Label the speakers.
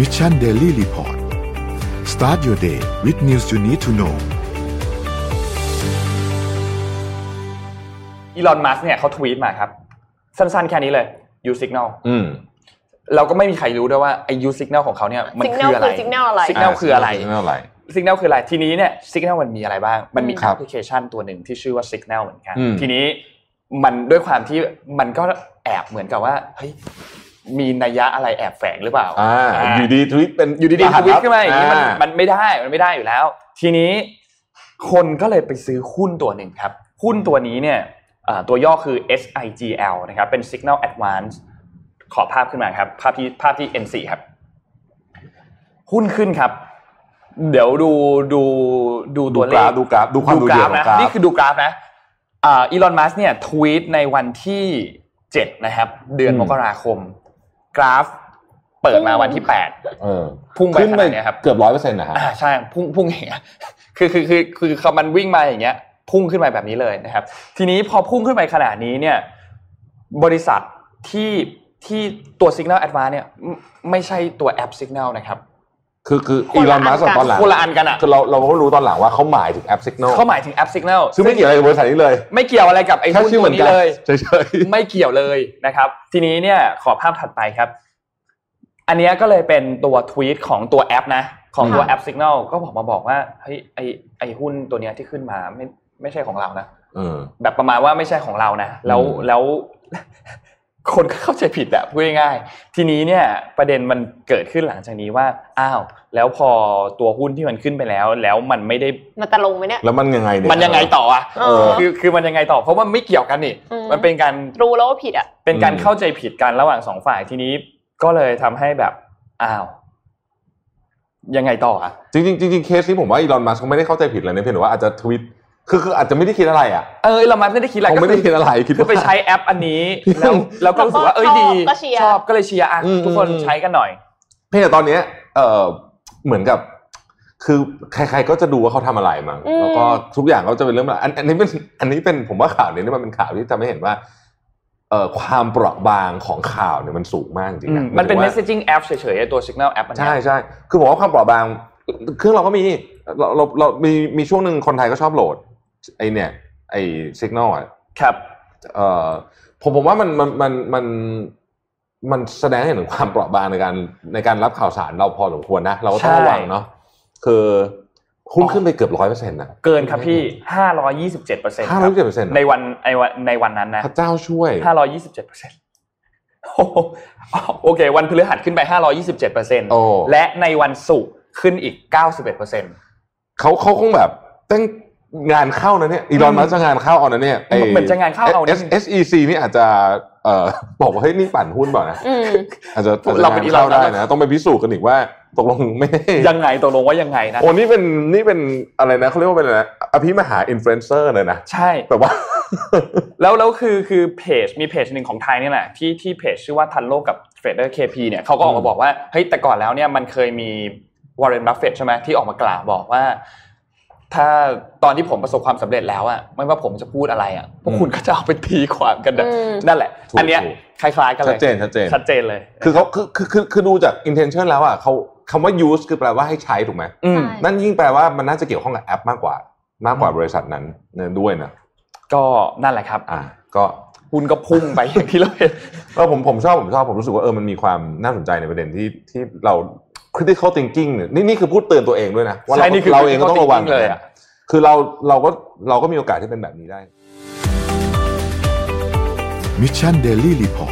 Speaker 1: Mission Daily Report start your day with news you need to know
Speaker 2: อีลอนมัสเนี่ยเขาทวีตมาครับ สั้นๆ แค่นี้เลย U Signal
Speaker 3: อืม
Speaker 2: เราก็ไม่มีใครรู้ด้วยว่าไอ้ U Signal ของเขาเนี่ยมัน
Speaker 4: สัญ
Speaker 2: คือ
Speaker 4: ญาณ
Speaker 2: อะไร
Speaker 4: คือสัญญาณอะไร
Speaker 2: สัญญาณ คืออะไร
Speaker 3: สัญญาณอะไร
Speaker 2: Signal คืออะไร ทีนี้เนี่ย Signal มันมีอะไรบ้าง มันมี
Speaker 4: อืม
Speaker 2: แอปพลิเคชันตัวหนึ่งที่ชื่อว่า Signal เหมือนกัน
Speaker 3: อืม
Speaker 2: ทีนี้มันด้วยความที่มันก็แอบเหมือนกับว่าเฮ้ยมีนัยยะอะไรแอบแฝงหรือเปล่า
Speaker 3: อ่าอยู่ดีทวิตเป็น
Speaker 2: อยู่ดี
Speaker 3: ร
Speaker 2: ๆ
Speaker 3: หั
Speaker 2: ท
Speaker 3: ส
Speaker 2: วิต
Speaker 3: ลับ
Speaker 2: ขึ้นมาอย่างนี้มัน
Speaker 3: อ่า
Speaker 2: มันไม่ได้มันไม่ได้อยู่แล้ว ทีนี้คนก็เลยไปซื้อหุ้นตัวหนึ่งครับ หุ้นตัวนี้เนี่ยเอ่อตัวย่อคือ SIGL นะครับเป็น Signal Advance ขอภาพขึ้นมาครับ ภาพที่ภาพที่ N4 ครับ หุ้นขึ้นครับ เดี๋ยวดูดูดู
Speaker 3: ดู
Speaker 2: ตัว
Speaker 3: ก
Speaker 2: เล
Speaker 3: รา
Speaker 2: ข
Speaker 3: ฟดูกราฟดูความดู
Speaker 2: ดูก
Speaker 3: เดือ
Speaker 2: รา
Speaker 3: ด
Speaker 2: ฟ
Speaker 3: ของ
Speaker 2: นะ
Speaker 3: กราฟ
Speaker 2: นี่คือดูกราฟนะอีลอนมัสเนี่ยทวีตในวันที่7นะครับ เดือน
Speaker 3: อืม
Speaker 2: มกราคม กราฟ เปิดมาวันที่
Speaker 3: เออ
Speaker 2: 8 พุ่งไป
Speaker 3: ขึ้น
Speaker 2: ข
Speaker 3: ไป
Speaker 2: นาดเนี้ยครับ
Speaker 3: เกือบร้อยเปอร์เซ็นต์นะฮะ
Speaker 2: อ่าใช่พุ่งพุ่งอย่างเงี้ย คือคือคือคือคอมันวิ่งมาอย่างเงี้ย พุ่งขึ้นไปแบบนี้เลยนะครับ ทีนี้พอพุ่งขึ้นไปขนาดนี้เนี่ย บริษัทที่ที่ตัว Signal Advance เนี่ยไม่ไม่ใช่ตัวแอป Signal นะครับ
Speaker 3: คือคือ
Speaker 4: ค
Speaker 3: อี
Speaker 4: น
Speaker 3: ล
Speaker 4: ละ
Speaker 3: อนมัส
Speaker 4: อัน
Speaker 3: ต
Speaker 4: กัน
Speaker 3: อนหลัง
Speaker 2: คนละอันกันอ่ะ
Speaker 3: คือเราเราก็รู้ตอนหลังว่าเขาหมายถึงแอป Signal
Speaker 2: เขาหมายถึงแอป Signal
Speaker 3: ซึ่งไม่เกี่ยวอะไรกับบริษัทนี้เลย
Speaker 2: ไม่เกี่ยวอะไรกับไอ้
Speaker 3: แค่
Speaker 2: หุ้น
Speaker 3: ชื่
Speaker 2: ตั
Speaker 3: อเหมื
Speaker 2: ว
Speaker 3: อน
Speaker 2: นี้
Speaker 3: กัน
Speaker 2: เลย
Speaker 3: เฉย
Speaker 2: ไม่เกี่ยวเลยนะครับ ทีนี้เนี่ยขอภาพถัดไปครับ อันเนี้ยก็เลยเป็นตัวทวีตของตัวแอปนะ ของตัว
Speaker 4: ค่ะ
Speaker 2: แอป Signal ก็บอกมาบอกว่าเฮ้ยไอไอหุ้นตัวเนี้ยที่ขึ้นมาไม่ไม่ใช่ของเรานะ
Speaker 3: ๆเออ
Speaker 2: แบบประมาณว่าไม่ใช่ของเรานะ แล้ว
Speaker 3: อืม
Speaker 2: แล้ว คนก็เข้าใจผิดแหละพูดง่ายๆทีนี้เนี่ยประเด็นมันเกิดขึ้นหลังจากนี้ว่าอ้าว แล้วพอตัวหุ้นที่มันขึ้นไปแล้ว แล้วมันไม่ได้
Speaker 4: มันจะลงไหมเนี่ย
Speaker 3: แล้วมันยังไงเนี่ย
Speaker 2: มันยังไงต่ออะ
Speaker 4: เออ
Speaker 2: คือคือมันยังไงต่อเพราะว่าไม่เกี่ยวกันนี่
Speaker 4: อื
Speaker 2: มันเป็นการ
Speaker 4: รู้แล้วว่าผิดอ่ะ
Speaker 2: เป็นการเข้าใจผิดกันระหว่างสองฝ่ายทีนี้ก็เลยทำให้แบบอ้าว ยังไงต่ออะ
Speaker 3: จริงๆจริงๆเคสนี้ผมว่าอีลอนมัสเขาไม่ได้เข้าใจผิดอะไรนะเพียงแต่ว่าอาจจะทวิตคือคืออาจจะไม่ได้คิดอะไรอ่ะ
Speaker 2: เออเรามาไม่ได้คิดอะไร
Speaker 3: คง
Speaker 2: ก็
Speaker 3: ไม่
Speaker 2: คื
Speaker 3: ได้คิดอะไรคิด
Speaker 2: คือ
Speaker 3: ว่า
Speaker 2: ไปใช้แอปอันนี้แล้ว แล้วก็รู้สึกว่าเอ้ย
Speaker 4: ชอบ
Speaker 2: ดี
Speaker 4: ก็เชียร์
Speaker 2: ชอบก็เลยเชียร์อ่ะ
Speaker 3: อืม
Speaker 2: ทุกคนใช้กันหน่อย
Speaker 3: เพียงแต่ตอนเนี้ยเออเหมือนกับ คือใคร ๆ ก็จะดูว่าเขาทำอะไรมั้ง
Speaker 4: อืม
Speaker 3: แล้วก็ทุกอย่างก็จะเป็นเรื่องแบบอันอันนี้เป็นอันนี้เป็นผมว่าข่าวนี้เนี่ยมันเป็นข่าวที่ทำให้เห็นว่าเอ่อความเปราะบางของข่าวเนี่ยมันสูงมากจริงๆะ
Speaker 2: มันเป็น
Speaker 3: หายถึงว่า
Speaker 2: messaging app เฉยๆไอ้ตัว signal app อันเนี้ย
Speaker 3: ใช่ใช่คือผมว่าความเปราะบางเครื่องเราก็มีเราเราเรามีมีช่วงหนึ่งคนไทยก็ชอบโหลด ไอเนี่ยไอสัญญาณอ่ะ
Speaker 2: ครับ
Speaker 3: เอ่อผมผมว่ามันมันมันมันมันแสดงให้เห็นถึงความเปราะบางในการในการรับข่าวสารเราพอสมควรนะ เราก็ต้อง
Speaker 2: ใช่
Speaker 3: ระวังเนาะคือหุ้นขึ้นไปเกือบร้อยเปอร์เซ็นต์นะ
Speaker 2: เกินครับพี่ 527เปอร์เซ็นต์
Speaker 3: ห้าร้อยเจ็ดเปอร์เซ็นต์
Speaker 2: ในวันในวันในวันนั้นนะ
Speaker 3: พระเจ้าช่วย
Speaker 2: 527เปอร์เซ็ นต์โอเค วันพฤหัสขึ้นไป 527เปอร์เซ็นต์
Speaker 3: โอ้
Speaker 2: และในวันศุกร์ขึ้นอีก 91%
Speaker 3: เขาเขาคงแบบตั้งงานเข้านะเนี่ยอีลอน
Speaker 2: อืม
Speaker 3: มัสก์จะงานเข้าเอานะเนี่ยไ
Speaker 2: เหมือนจะงานเข้าเอานะ
Speaker 3: S S E C นี่อาจจะเอ่อบอกว่าเฮ้ยนี่ปั่นหุ้นเปล่านะ
Speaker 4: อืม
Speaker 3: อาจจะ
Speaker 2: เราเป็นอีลอนมัสก์
Speaker 3: ได้นะ ต้องไปพิสูจน์กันอีกว่าตกลงไม่ได้
Speaker 2: ยังไงตกลงว่ายังไงนะ
Speaker 3: โอ้นี่เป็นนี่เป็นอะไรนะเขาเรียกว่าเป็นอะไรนะอภิมหาอินฟลูเอนเซอร์เลยนะ
Speaker 2: ใช่
Speaker 3: แต่ว่า
Speaker 2: แล้วแล้วคือคือเพจมีเพจหนึ่งของไทยเนี่ยแหละที่ที่เพจชื่อว่าทันโลกกับเทรดเดอร์เคพีเนี่ยเขาก็ออก
Speaker 3: อื
Speaker 2: มาม บอกว่าเฮ้ยแต่ก่อนแล้วเนี่ยมันเคยมีวอร์เรนบัฟเฟตใช่ไหมที่ออกมากล่าวบอกว่า ถ้าตอนที่ผมประสบความสำเร็จแล้วอะไม่ว่าผมจะพูดอะไรอะพวกคุณก็จะเอาไปตีความกันนะ
Speaker 4: อืม
Speaker 2: นั่นแหละ
Speaker 3: ถูก
Speaker 2: อันเนี้ย
Speaker 3: ถูก
Speaker 2: คล้ายๆกันเล
Speaker 3: ชั
Speaker 2: ย
Speaker 3: ดเจนชัดเจน
Speaker 2: ชัดเจนเลย
Speaker 3: คือเขาคือคือคือคือดูจาก intention แล้วอ่ะเขาคำว่า use คือแปลว่าให้ใช้ถูกไหม
Speaker 2: อืม
Speaker 3: นั่นยิ่งแปลว่ามันน่าจะเกี่ยวข้องกับแอปมากกว่า มากกว่าบริษัทนั้นเนี่ยด้วยนะ
Speaker 2: ก็นั่นแหละครับ
Speaker 3: อ่ะก็
Speaker 2: คุณก็พุ่งไปอย่างที่เราเห็น
Speaker 3: ก็ผมผมชอบผมชอบผมรู้สึกว่าเออมันมีความน่าสนใจในประเด็นที่ที่เรา critical thinking เนี่ยนี่นี่คือพูดเตือนตัวเองด้วยนะว่าเรา
Speaker 2: ใช่นี่คือ
Speaker 3: เราเองก็ต้องระวัง
Speaker 2: critical thinking เลยอะ
Speaker 3: คือเราเราก็เราก็มีโอกาสที่เป็นแบบนี้ได้
Speaker 1: Mission Daily Report